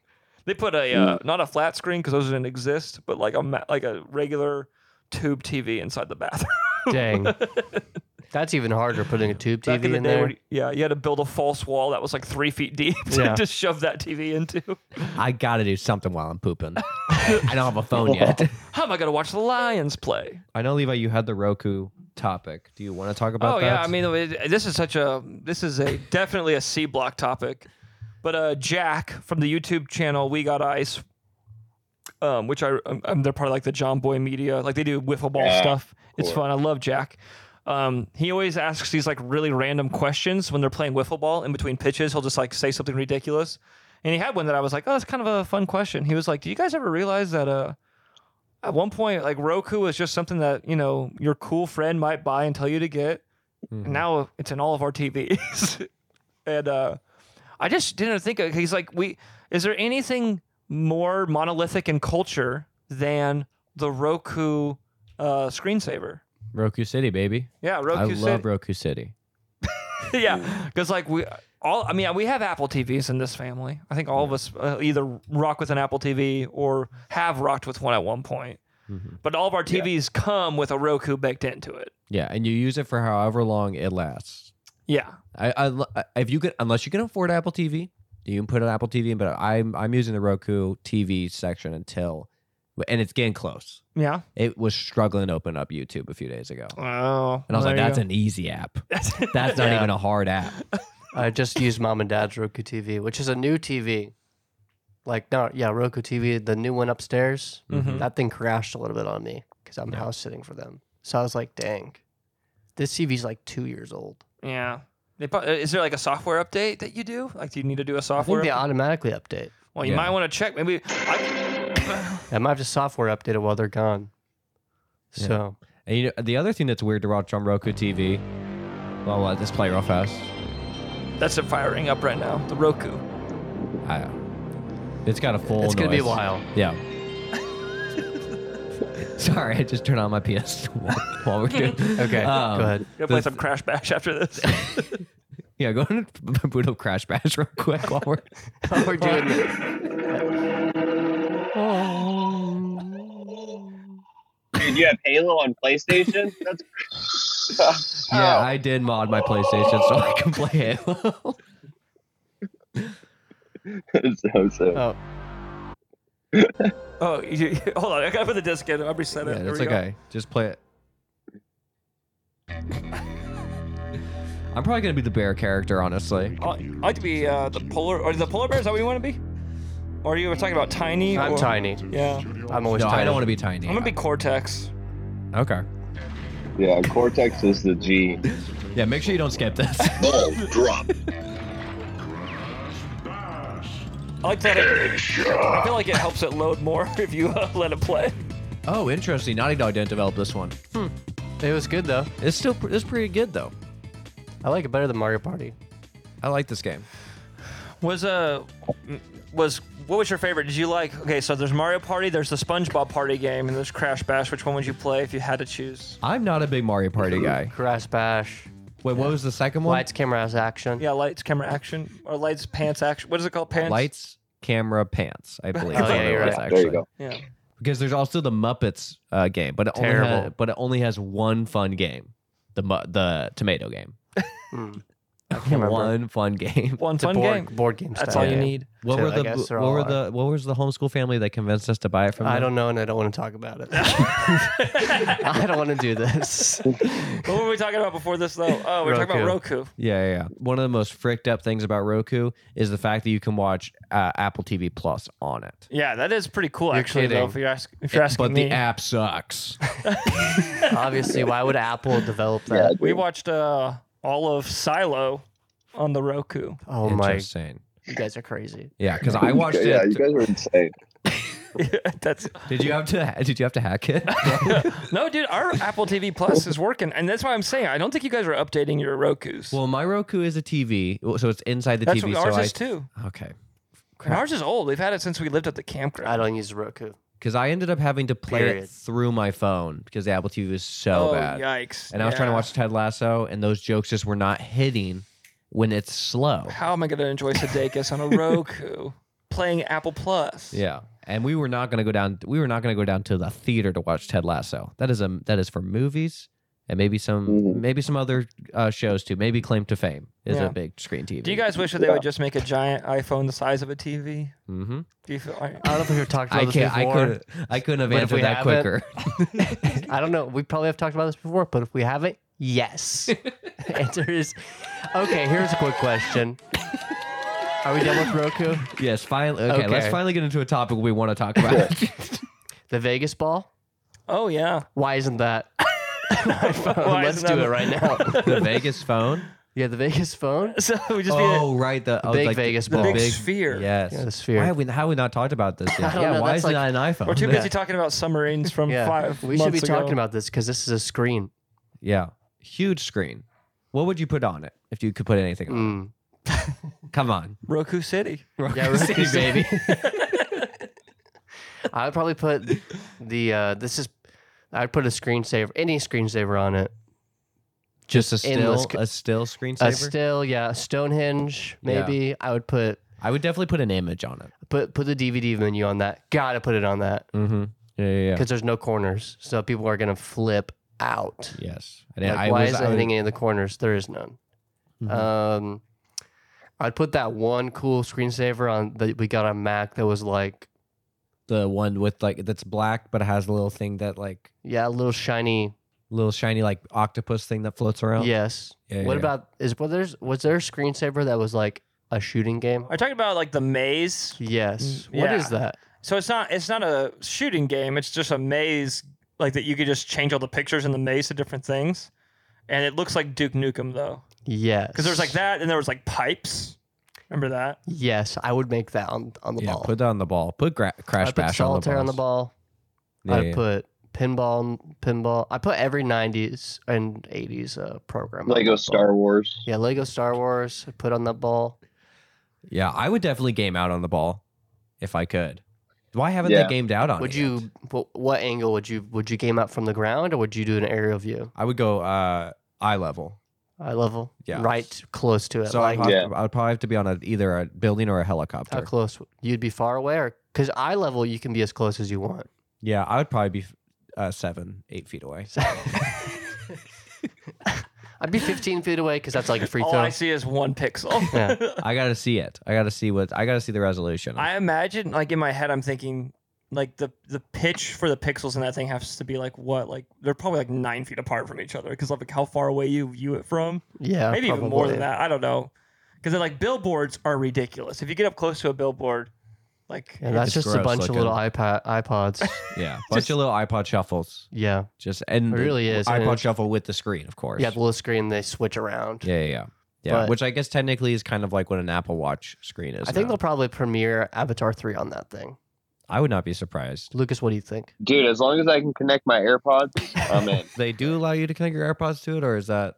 B: They put a uh,
C: Hmm.
B: not a flat screen because those didn't exist, but like a ma- like a regular tube TV inside the bathroom.
C: Dang, that's even harder putting a tube TV
B: Back in
C: in,
B: the day,
C: there.
B: when- yeah, you had to build a false wall that was like three feet deep to
C: Yeah.
B: just shove that TV into.
D: I gotta do something while I'm pooping. I don't have a phone yet.
B: How am I gonna watch the Lions play?
D: I know, Levi, you had the Roku topic. Do you want to talk about
B: oh
D: that?
B: yeah, I mean it- this is such a this is a definitely a C block topic, but uh, Jack from the YouTube channel We Got Ice, um, which I um, um, they're part of like the John Boy Media, like they do wiffle ball stuff. It's fun. I love Jack. Um, he always asks these like really random questions when they're playing wiffle ball in between pitches. He'll just like say something ridiculous, and he had one that I was like, oh, that's kind of a fun question. He was like, do you guys ever realize that uh at one point, like Roku was just something that you know your cool friend might buy and tell you to get.
D: Mhm.
B: And now it's in all of our TVs, and uh, I just didn't think of, he's like we. Is there anything more monolithic in culture than the Roku uh, screensaver?
D: Roku City, baby.
B: Yeah, Roku.
D: I love
B: City.
D: Roku City.
B: yeah, because like we all, I mean, we have Apple TVs in this family. I think all of us uh, either rock with an Apple TV or have rocked with one at one point. But all of our TVs come with a Roku baked into it.
D: Yeah, and you use it for however long it lasts.
B: Yeah.
D: I, I lo- I- if you can, unless you can afford Apple TV, you can put an Apple TV in. But I'm I'm using the Roku TV section until, and it's getting close.
B: Yeah.
D: It was struggling to open up YouTube a few days ago, and
B: Oh.
D: I was like,
B: there you
D: "That's an easy app.
B: go.
D: That's not
C: Yeah.
D: even a hard app."
C: I just use mom and dad's Roku TV, which is a new TV. Like no, yeah, Roku TV, the new one upstairs.
B: Mhm.
C: That thing crashed a little bit on me because I'm house sitting for them. So I was like, dang, this TV's like two years old.
B: yeah. They pro- uh, is there like a software update that you do? Like, do you need to do a
C: I think
B: software?
C: they
B: update?
C: automatically update.
B: Well, you
D: Yeah.
B: might want to check. Maybe I,
C: I might have to software update it while they're gone.
D: Yeah.
C: So
D: And you know, the other thing that's weird to watch on Roku TV. Well, let this play real fast.
B: that's it firing up right now. The Roku.
D: I, it's got a full.
C: it's gonna be a
D: noise.
C: while.
D: Yeah. Sorry, I just turned on my PS while, while we're doing.
C: Okay,
D: Um,
C: go ahead.
B: You gotta play
D: The-
B: some Crash Bash after this.
D: Yeah, go ahead and boot up Crash Bash real quick while we're.
C: We're doing this.
F: Dude, you have Halo on PlayStation? That's
D: Yeah, I did mod my PlayStation so I can play Halo.
F: so so.
D: Uh,
C: Oh,
B: oh, you, you- hold on. I gotta put the disc in. I'll reset it.
D: yeah,
B: There
D: that's
B: we go.
D: okay. Just play it. I'm probably gonna be the bear character, honestly.
B: I I like to be uh, the polar or the polar bear. Is that what you want to be? Or you were talking about tiny?
C: I'm
B: or-
C: tiny.
B: Yeah.
C: I'm always
D: No,
C: tiny.
D: I don't want to be tiny.
B: I'm gonna be Cortex.
D: okay.
F: Yeah, Cortex is the G.
D: Yeah, make sure you don't skip this.
E: Ball drop.
B: I like that. It, I feel like it helps it load more if you uh, let it play.
D: oh, interesting. Naughty Dog didn't develop this one.
C: Hmm. It was good though.
D: It's still pr- it's pretty good though.
C: I like it better than Mario Party.
D: I like this game.
B: Was uh, m- was what was your favorite? Did you like? Okay, so there's Mario Party, there's the SpongeBob Party game, and there's Crash Bash. Which one would you play if you had to choose?
D: I'm not a big Mario Party guy.
C: Crash Bash,
D: Wait, what was the second one?
C: lights, cameras, action.
B: Yeah, lights, camera, action, or lights, pants, action. What is it called? Pants.
D: Lights, camera, pants. I believe.
C: Oh,
D: is
C: yeah,
D: what it
C: you're
D: was,
C: right.
F: There you
D: actually.
F: go.
B: Yeah.
D: because there's also the Muppets uh, game, but it only
C: Terrible.
D: has, but it only has one fun game, the mu- the tomato game.
C: Hmm. remember.
D: one fun game.
B: One
C: It's a
B: fun
C: board,
B: game.
C: board game.
B: That's
C: style.
B: all you
C: Yeah.
B: need.
D: What
C: So
D: were
C: I
D: the
C: guess
D: what
C: they're
D: were
C: all
D: the what was the homeschool family that convinced us to buy it from?
C: I
D: them?
C: don't know, and I don't want to talk about it. I don't want to do this.
B: What were we talking about before this though? Oh, we we're talking about Roku.
D: Yeah, yeah, yeah. One of the most fricked up things about Roku is the fact that you can watch uh, Apple TV Plus on it.
B: Yeah, that is pretty cool actually though.
C: kidding.
B: If you're, ask, if you're asking
D: but
B: me,
D: the app sucks.
C: Obviously, why would Apple develop
F: Yeah,
C: that?
B: we watched uh, all of Silo on the Roku.
C: Oh my!
D: Interesting.
C: You guys are crazy.
D: Yeah, because I watched
F: yeah, Yeah,
D: it.
F: you guys were insane.
B: That's
D: Did you have to? Did you have to hack it?
B: no, dude. Our Apple TV Plus is working, and that's why I'm saying I don't think you guys are updating your Roku's.
D: well, my Roku is a TV, so it's inside the
B: that's
D: TV.
B: what ours
D: so
B: is
D: I,
B: too.
D: Okay.
B: And ours is old. We've had it since we lived at the
C: I
B: campground.
C: don't use Roku.
D: because I ended up having to play it
C: Period.
D: through my phone because the Apple TV was so
B: oh
D: bad.
B: yikes!
D: And I was trying to
B: Yeah.
D: watch Ted Lasso, and those jokes just were not hitting when it's slow.
B: How am I going to enjoy Sudeikis on a Roku playing Apple Plus?
D: Yeah, and we were not going to go down. We were not going to go down to the theater to watch Ted Lasso. That is a that is for movies and maybe some
F: Mhm.
D: maybe some other uh, shows too. Maybe Claim to Fame is
B: Mm-hmm. Yeah.
D: a big screen TV.
B: Do you guys wish that they
F: Yeah.
B: would just make a giant iPhone the size of a TV?
D: Mm-hmm.
B: Do you feel? I-
C: I don't know if we've talked about
D: I
C: this
D: can't. I
C: before.
D: could. I couldn't have
C: But if we
D: answered that
C: haven't-
D: quicker.
C: I don't know. We probably have talked about this before, but if we haven't, yes. Answer is okay. Here's a quick question. Are we done with Roku?
D: yes. Finally. Okay, Let's
C: Okay.
D: finally get into a topic we want to talk about.
C: The Vegas ball?
B: oh yeah.
C: Why isn't that? an iPhone?
B: Why
C: Let's
B: isn't
C: do
B: that-
C: it right now.
D: the Vegas phone.
C: Yeah, the Vegas phone.
B: So it would just be a-
D: Oh, right. The, oh,
C: big
D: like
C: Vegas
D: the,
C: ball.
D: the
C: The
B: big sphere.
D: Yes.
C: Yeah, the sphere.
D: Why have we, how have we not talked about this yet?
C: don't
D: yeah,
C: know,
D: why
C: that's
D: is
C: like-
D: it not an iPhone?
B: We're too busy talking about submarines from
C: Yeah,
B: five.
C: we should be
B: months
C: talking
B: ago.
C: about this because this is a screen.
D: Yeah. Huge screen. What would you put on it if you could put anything on
C: Mm.
D: it? Come on.
B: Roku City.
C: Yeah, Roku baby. I would probably put the uh, this is I'd put a screensaver, any screensaver on it.
D: Just a still,
C: endless co-
D: a still screensaver?
C: A still, yeah, Stonehenge maybe. I would put
D: I would definitely put an image on it.
C: put put the DVD menu on that. Gotta put it on that.
D: Mm-hmm. Yeah, yeah, yeah.
C: because there's no corners, so people are gonna flip out.
D: Yes. And
C: Like,
D: I
C: why
D: was-
C: is
D: I was-
C: anything in the corners? There is none.
D: Mhm.
C: Um, I'd put that one cool screensaver on that we got on Mac that was like,
D: the one with like that's black but it has a little thing that like
C: yeah, a little shiny.
D: little shiny like octopus thing that floats around.
C: Yes.
D: Yeah,
C: what
D: yeah.
C: about is was there was there a screensaver that was like a shooting game?
B: Are you talking about like the maze?
C: Yes.
B: Mm,
C: What
B: yeah.
C: is that?
B: So it's not it's not a shooting game. It's just a maze, like that you could just change all the pictures in the maze to different things, and it looks like Duke Nukem though,
C: Yes.
B: because there was like that, and there was like pipes. Remember that?
C: Yes, I would make that on on the
D: Yeah,
C: ball.
D: put that on the ball. Put gra- crash
C: I put
D: bash on the,
C: solitaire on the
D: balls.
C: ball.
D: Yeah,
C: I
D: yeah.
C: put pinball, pinball. I put every '90s and '80s uh, program. on that
F: Lego
C: ball.
F: Star Wars.
C: Yeah, Lego Star Wars. I put on the ball.
D: Yeah, I would definitely game out on the ball if I could. Why haven't
F: Yeah.
D: they gamed out on
C: Would
D: it yet?
C: you? What, what angle would you? Would you game out from the ground, or would you do an aerial view?
D: I would go uh eye level.
C: Eye level.
D: Yeah.
C: Right, close to it.
D: So I'd,
C: like
D: probably,
F: Yeah.
D: I'd probably have to be on a, either a building or a helicopter.
C: how close you'd be far away, or because eye level you can be as close as you want.
D: Yeah, I would probably be uh, seven, eight feet away.
C: I'd be 15 feet away because that's like a free
B: all
C: throw.
B: Oh, I see is one pixel.
C: Yeah.
D: I gotta see it. I gotta see what I gotta see the resolution.
B: I imagine, like in my head, I'm thinking, like the the pitch for the pixels in that thing has to be like what? Like they're probably like nine feet apart from each other because of like how far away you view it from.
C: yeah,
B: Maybe even more
C: Uh, probably.
B: than that. I don't know. Because like billboards are ridiculous. If you get up close to a billboard, like
C: Yeah, that's
D: just
C: just, a
D: gross
C: bunch of little
D: looking.
C: iPad iPods.
D: yeah, bunch of little iPod shuffles.
C: yeah,
D: Just and
C: It
D: the
C: really is, and
D: iPod
C: it's-
D: shuffle with the screen, of course.
C: yeah, the little screen they switch around.
D: yeah, yeah, yeah. Yeah,
C: But-
D: which I guess technically is kind of like what an Apple Watch screen is.
C: I think
D: now.
C: they'll probably premiere Avatar 3 on that thing.
D: I would not be surprised.
C: Lucas, what do you think?
F: Dude, as long as I can connect my AirPods, I'm in.
D: They do allow you to connect your AirPods to it, or is that?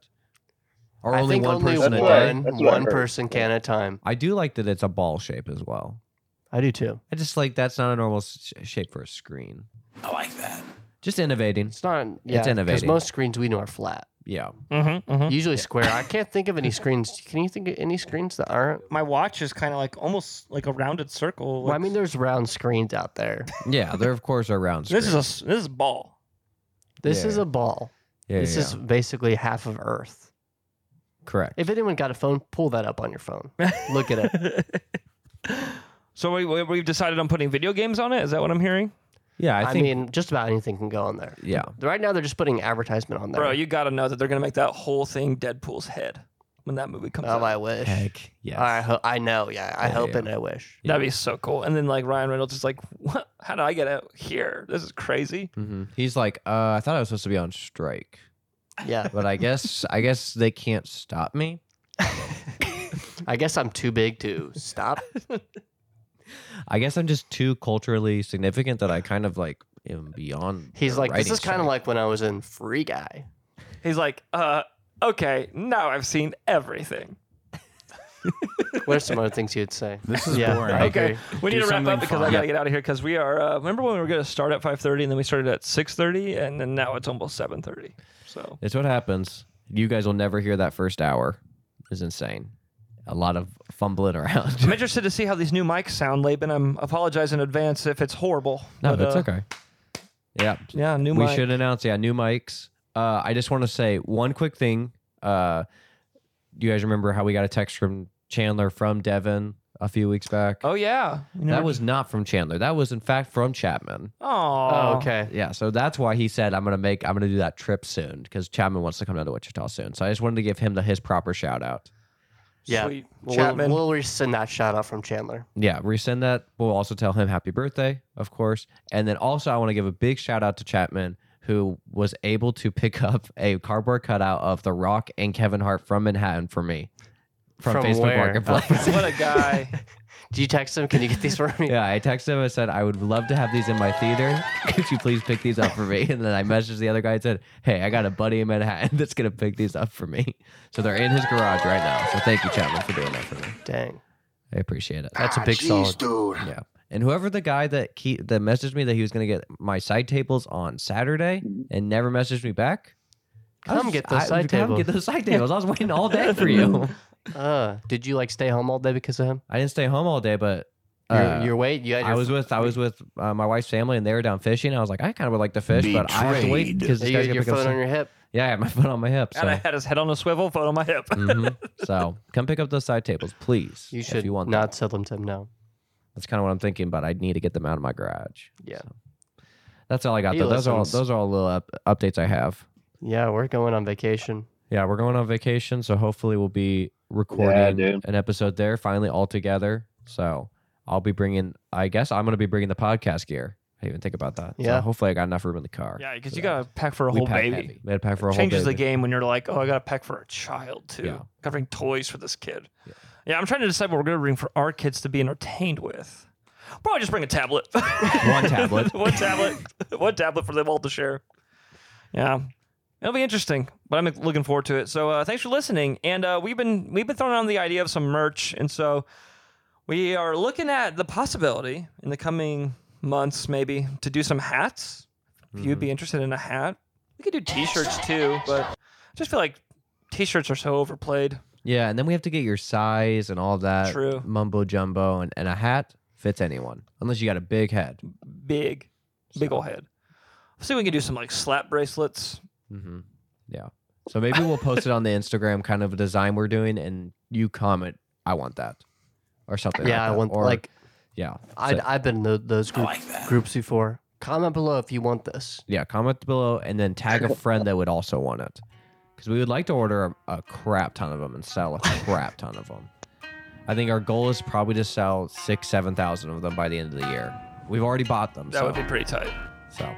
D: Or
C: I
D: only
C: think
D: one
C: only
D: person
F: That's
D: a
F: what I-
D: day?
C: one,
F: that's what I
C: one
F: heard.
C: person can at a time.
D: I do like that it's a ball shape as well.
C: I do too.
D: I just like that's not a normal s- sh- shape for a screen.
J: I like that.
D: Just innovating.
C: It's not, yeah, because
D: innovating.
C: most screens we know are flat.
D: Yeah.
B: Mm-hmm, mm-hmm.
C: Usually square. I can't think of any screens. Can you think of any screens that aren't?
B: my watch is kind of like almost like a rounded circle.
C: Well, I
B: like-
C: mean, there's round screens out there.
D: Yeah. There, of course, are round
B: this is
D: screens.
B: a s- this is ball.
C: This is
D: Yeah.
C: a ball.
D: Yeah,
C: this
D: yeah,
C: is basically half of Earth.
D: correct.
C: If anyone got a phone, pull that up on your phone. Look at it.
B: so we, we we've decided on putting video games on it. Is that what I'm hearing,
D: yeah.
C: I,
D: I think.
C: mean, just about anything can go on there.
D: yeah.
C: Right now, they're just putting advertisement on there.
B: bro? You got to know that they're gonna make that whole thing Deadpool's head when that movie comes
C: oh,
B: out.
C: I wish.
D: Heck. Yes.
C: I ho- I know. Yeah, I
D: Yeah,
C: hope
D: yeah.
C: and I wish.
B: That'd be so cool. And then like Ryan Reynolds is like, what? How did I get out here? This is crazy.
C: Mm-hmm.
D: hmm He's like, uh, I thought I was supposed to be on strike,
C: Yeah,
D: but I guess I guess they can't stop me.
C: I guess I'm too big to stop.
D: I guess I'm just too culturally significant that I kind of like am beyond.
C: He's
D: their
C: like, this
D: writing
C: is kind of
D: strike."
C: like when I was in Free Guy.
B: He's like, uh, okay, now I've seen everything.
C: What are some other things you'd say?
D: This is
C: yeah,
D: boring.
C: I
B: Okay.
C: agree.
B: We need
D: Do
B: to wrap
D: something
B: up because I
D: fun.
B: gotta get out of here because we are. Uh, remember when we were gonna start at 5:30 and then we started at 6:30 and then now it's almost 7:30. So
D: It's what happens. You guys will never hear that first hour. Is insane. A lot of fumbling around.
B: I'm interested to see how these new mics sound, Laban. I'm apologize in advance if it's horrible.
D: no,
B: but,
D: that's
B: uh,
D: okay. Yeah,
B: Yeah, new
D: we
B: mic.
D: should announce. Yeah, new mics. Uh, I just want to say one quick thing. Uh, you guys remember how we got a text from Chandler from Devin a few weeks back?
B: Oh yeah,
D: that was not from Chandler. That was in fact from Chapman.
B: Oh,
C: Oh, okay.
D: Yeah, so that's why he said I'm gonna make I'm gonna do that trip soon because Chapman wants to come down to Wichita soon. So I just wanted to give him the his proper shout out.
C: Yeah.
B: Sweet.
C: We'll,
B: Chapman.
C: we'll rescind that shout out from Chandler.
D: Yeah, resend that. We'll also tell him happy birthday, of course. And then also, I want to give a big shout out to Chapman, who was able to pick up a cardboard cutout of The Rock and Kevin Hart from Manhattan for me from,
C: From
D: Facebook
C: where?
D: Marketplace.
B: what a guy.
C: Do you text him? Can you get these for me?
D: yeah, I texted him. I said, I would love to have these in my theater. Could you please pick these up for me? And then I messaged the other guy and said, Hey, I got a buddy in Manhattan that's going to pick these up for me. So they're in his garage right now. So thank you, Chapman, for doing that for me.
C: Dang.
D: I appreciate it. That's a big solid.
E: dude.
D: Yeah. And whoever the guy that he, that messaged me that he was going to get my side tables on Saturday and never messaged me back. I
C: Come
D: was-
C: get those
D: I-
C: side
D: Come get
C: tables.
D: those side tables. I was waiting all day for you.
C: Uh, did you like stay home all day because of him?
D: I didn't stay home all day, but Uh,
C: your, your weight. You had your
D: I was with I was with uh, my wife's family and they were down fishing. I was like, I kind of would like to fish, but I have to wait because
C: So
D: this
C: you
D: guy's
C: had
D: gonna
C: your
D: pick up.
C: phone on
D: some-
C: your hip.
D: Yeah, I had my phone on my hip.
B: And I
D: So,
B: had his head on a swivel, phone on my hip.
D: Mhm. so come pick up those side tables, please.
C: You
D: if
C: should
D: you want them.
C: not sell them to him now.
D: That's kind of what I'm thinking, but I need to get them out of my garage.
C: Yeah.
D: So, That's all I got.
C: He
D: Though. Those are all,
C: listens.
D: those are all little up, updates I have.
C: Yeah, we're going on vacation.
D: Yeah, we're going on vacation, so hopefully we'll be recording
F: dude.
D: an episode there finally all together. So I'll be bringing. I guess I'm going to be bringing the podcast gear. I didn't even think about that. So
C: Yeah.
D: hopefully I got enough room in the car.
B: Yeah, because
D: for
B: you
D: that.
B: got to pack for a
D: We
B: whole
D: packed
B: baby.
D: heavy. We had to pack for a whole
B: changes the
D: baby.
B: game when you're like, oh, I got to pack for a child too.
D: Yeah.
B: Covering toys for this kid.
D: Yeah.
B: Yeah. I'm trying to decide what we're going to bring for our kids to be entertained with. Probably just bring a tablet. One
D: tablet.
B: One tablet. One tablet for them all to share. Yeah. It'll be interesting, but I'm looking forward to it. So uh, thanks for listening, and uh, we've been we've been throwing around the idea of some merch, and so we are looking at the possibility in the coming months, maybe to do some hats. If you'd be interested in a hat, we could do T-shirts too, but I just feel like T-shirts are so overplayed.
D: Yeah, and then we have to get your size and all that
B: True.
D: mumbo jumbo, and, and a hat fits anyone unless you got a big head.
B: Big, big ol' head. See, if we can do some like slap bracelets.
D: Mm-hmm. Yeah. So maybe we'll post it on the Instagram, kind of a design we're doing, and you comment, "I want that," or something.
C: yeah,
D: like
C: I
D: that.
C: want
D: or,
C: like
D: yeah.
C: I
D: so-
C: I've been in tho- those group, groups before. Comment below if you want this.
D: yeah, comment below and then tag a friend that would also want it. Because we would like to order a, a crap ton of them and sell a crap ton of them. I think our goal is probably to sell six, 7,000 of them by the end of the year. We've already bought them.
B: That
D: so,
B: would be pretty tight.
D: so.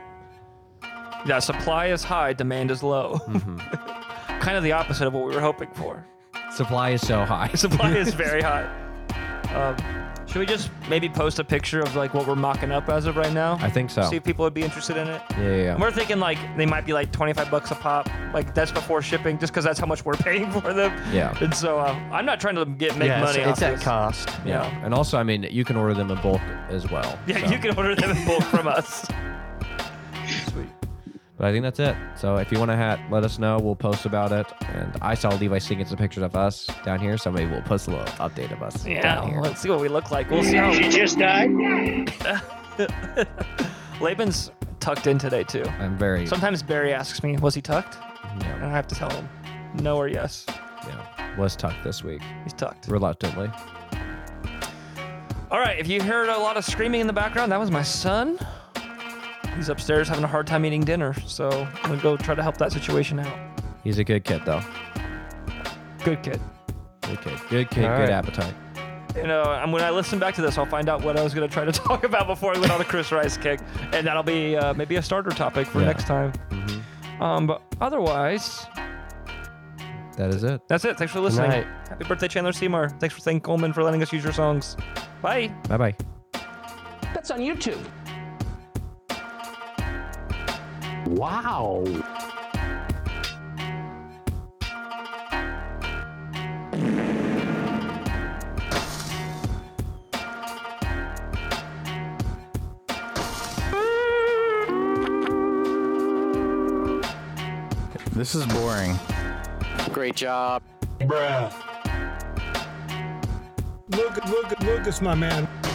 B: Yeah, supply is high, demand is low.
D: Mm-hmm.
B: kind of the opposite of what we were hoping for.
D: Supply is so high.
B: Supply is very high. Um, should we just maybe post a picture of like what we're mocking up as of right now?
D: I think so.
B: See if people would be interested in it.
D: Yeah, yeah, yeah.
B: We're thinking like they might be like 25 bucks a pop. Like that's before shipping, just because that's how much we're paying for them.
D: Yeah.
B: And so uh, I'm not trying to get make
C: yeah, it's-
B: money
C: it's,
B: off
C: at
B: this.
C: cost.
D: Yeah.
B: Yeah.
D: And also, I mean, you can order them in bulk as well.
B: Yeah,
D: so.
B: you can order them in bulk from us.
D: But I think that's it. So if you want a hat, let us know. We'll post about it. And I saw Levi sneaking some pictures of us down here, so maybe we'll post a little update of us. down
B: Yeah,
D: here.
B: let's see what we look like. We'll see how
G: She just died.
B: Laban's tucked in today too.
D: I'm very.
B: Sometimes Barry asks me, "Was he tucked?"
D: yeah.
B: And I have to tell him, "No" or "Yes."
D: Yeah, was tucked this week,
B: He's tucked.
D: reluctantly.
B: All right, if you heard a lot of screaming in the background, that was my son. He's upstairs having a hard time eating dinner, so I'm gonna go try to help that situation out.
D: He's a good kid, though.
B: Good kid.
D: Good kid. Good kid.
C: All
D: good
C: right.
D: appetite.
B: You know, and when I listen back to this, I'll find out what I was gonna try to talk about before I went on the Chris Rice kick, and that'll be uh, maybe a starter topic for
D: Yeah. Mm-hmm.
B: next time. Um, but otherwise,
D: That is it.
B: that's it. Thanks for listening.
C: night.
B: Happy birthday, Chandler Seymour. Thanks for thanking Coleman for letting us use your songs. Bye.
D: Bye bye.
K: That's on YouTube.
E: Wow.
K: This is boring. Great job.
L: Bruh. Look, look, look, it's my man.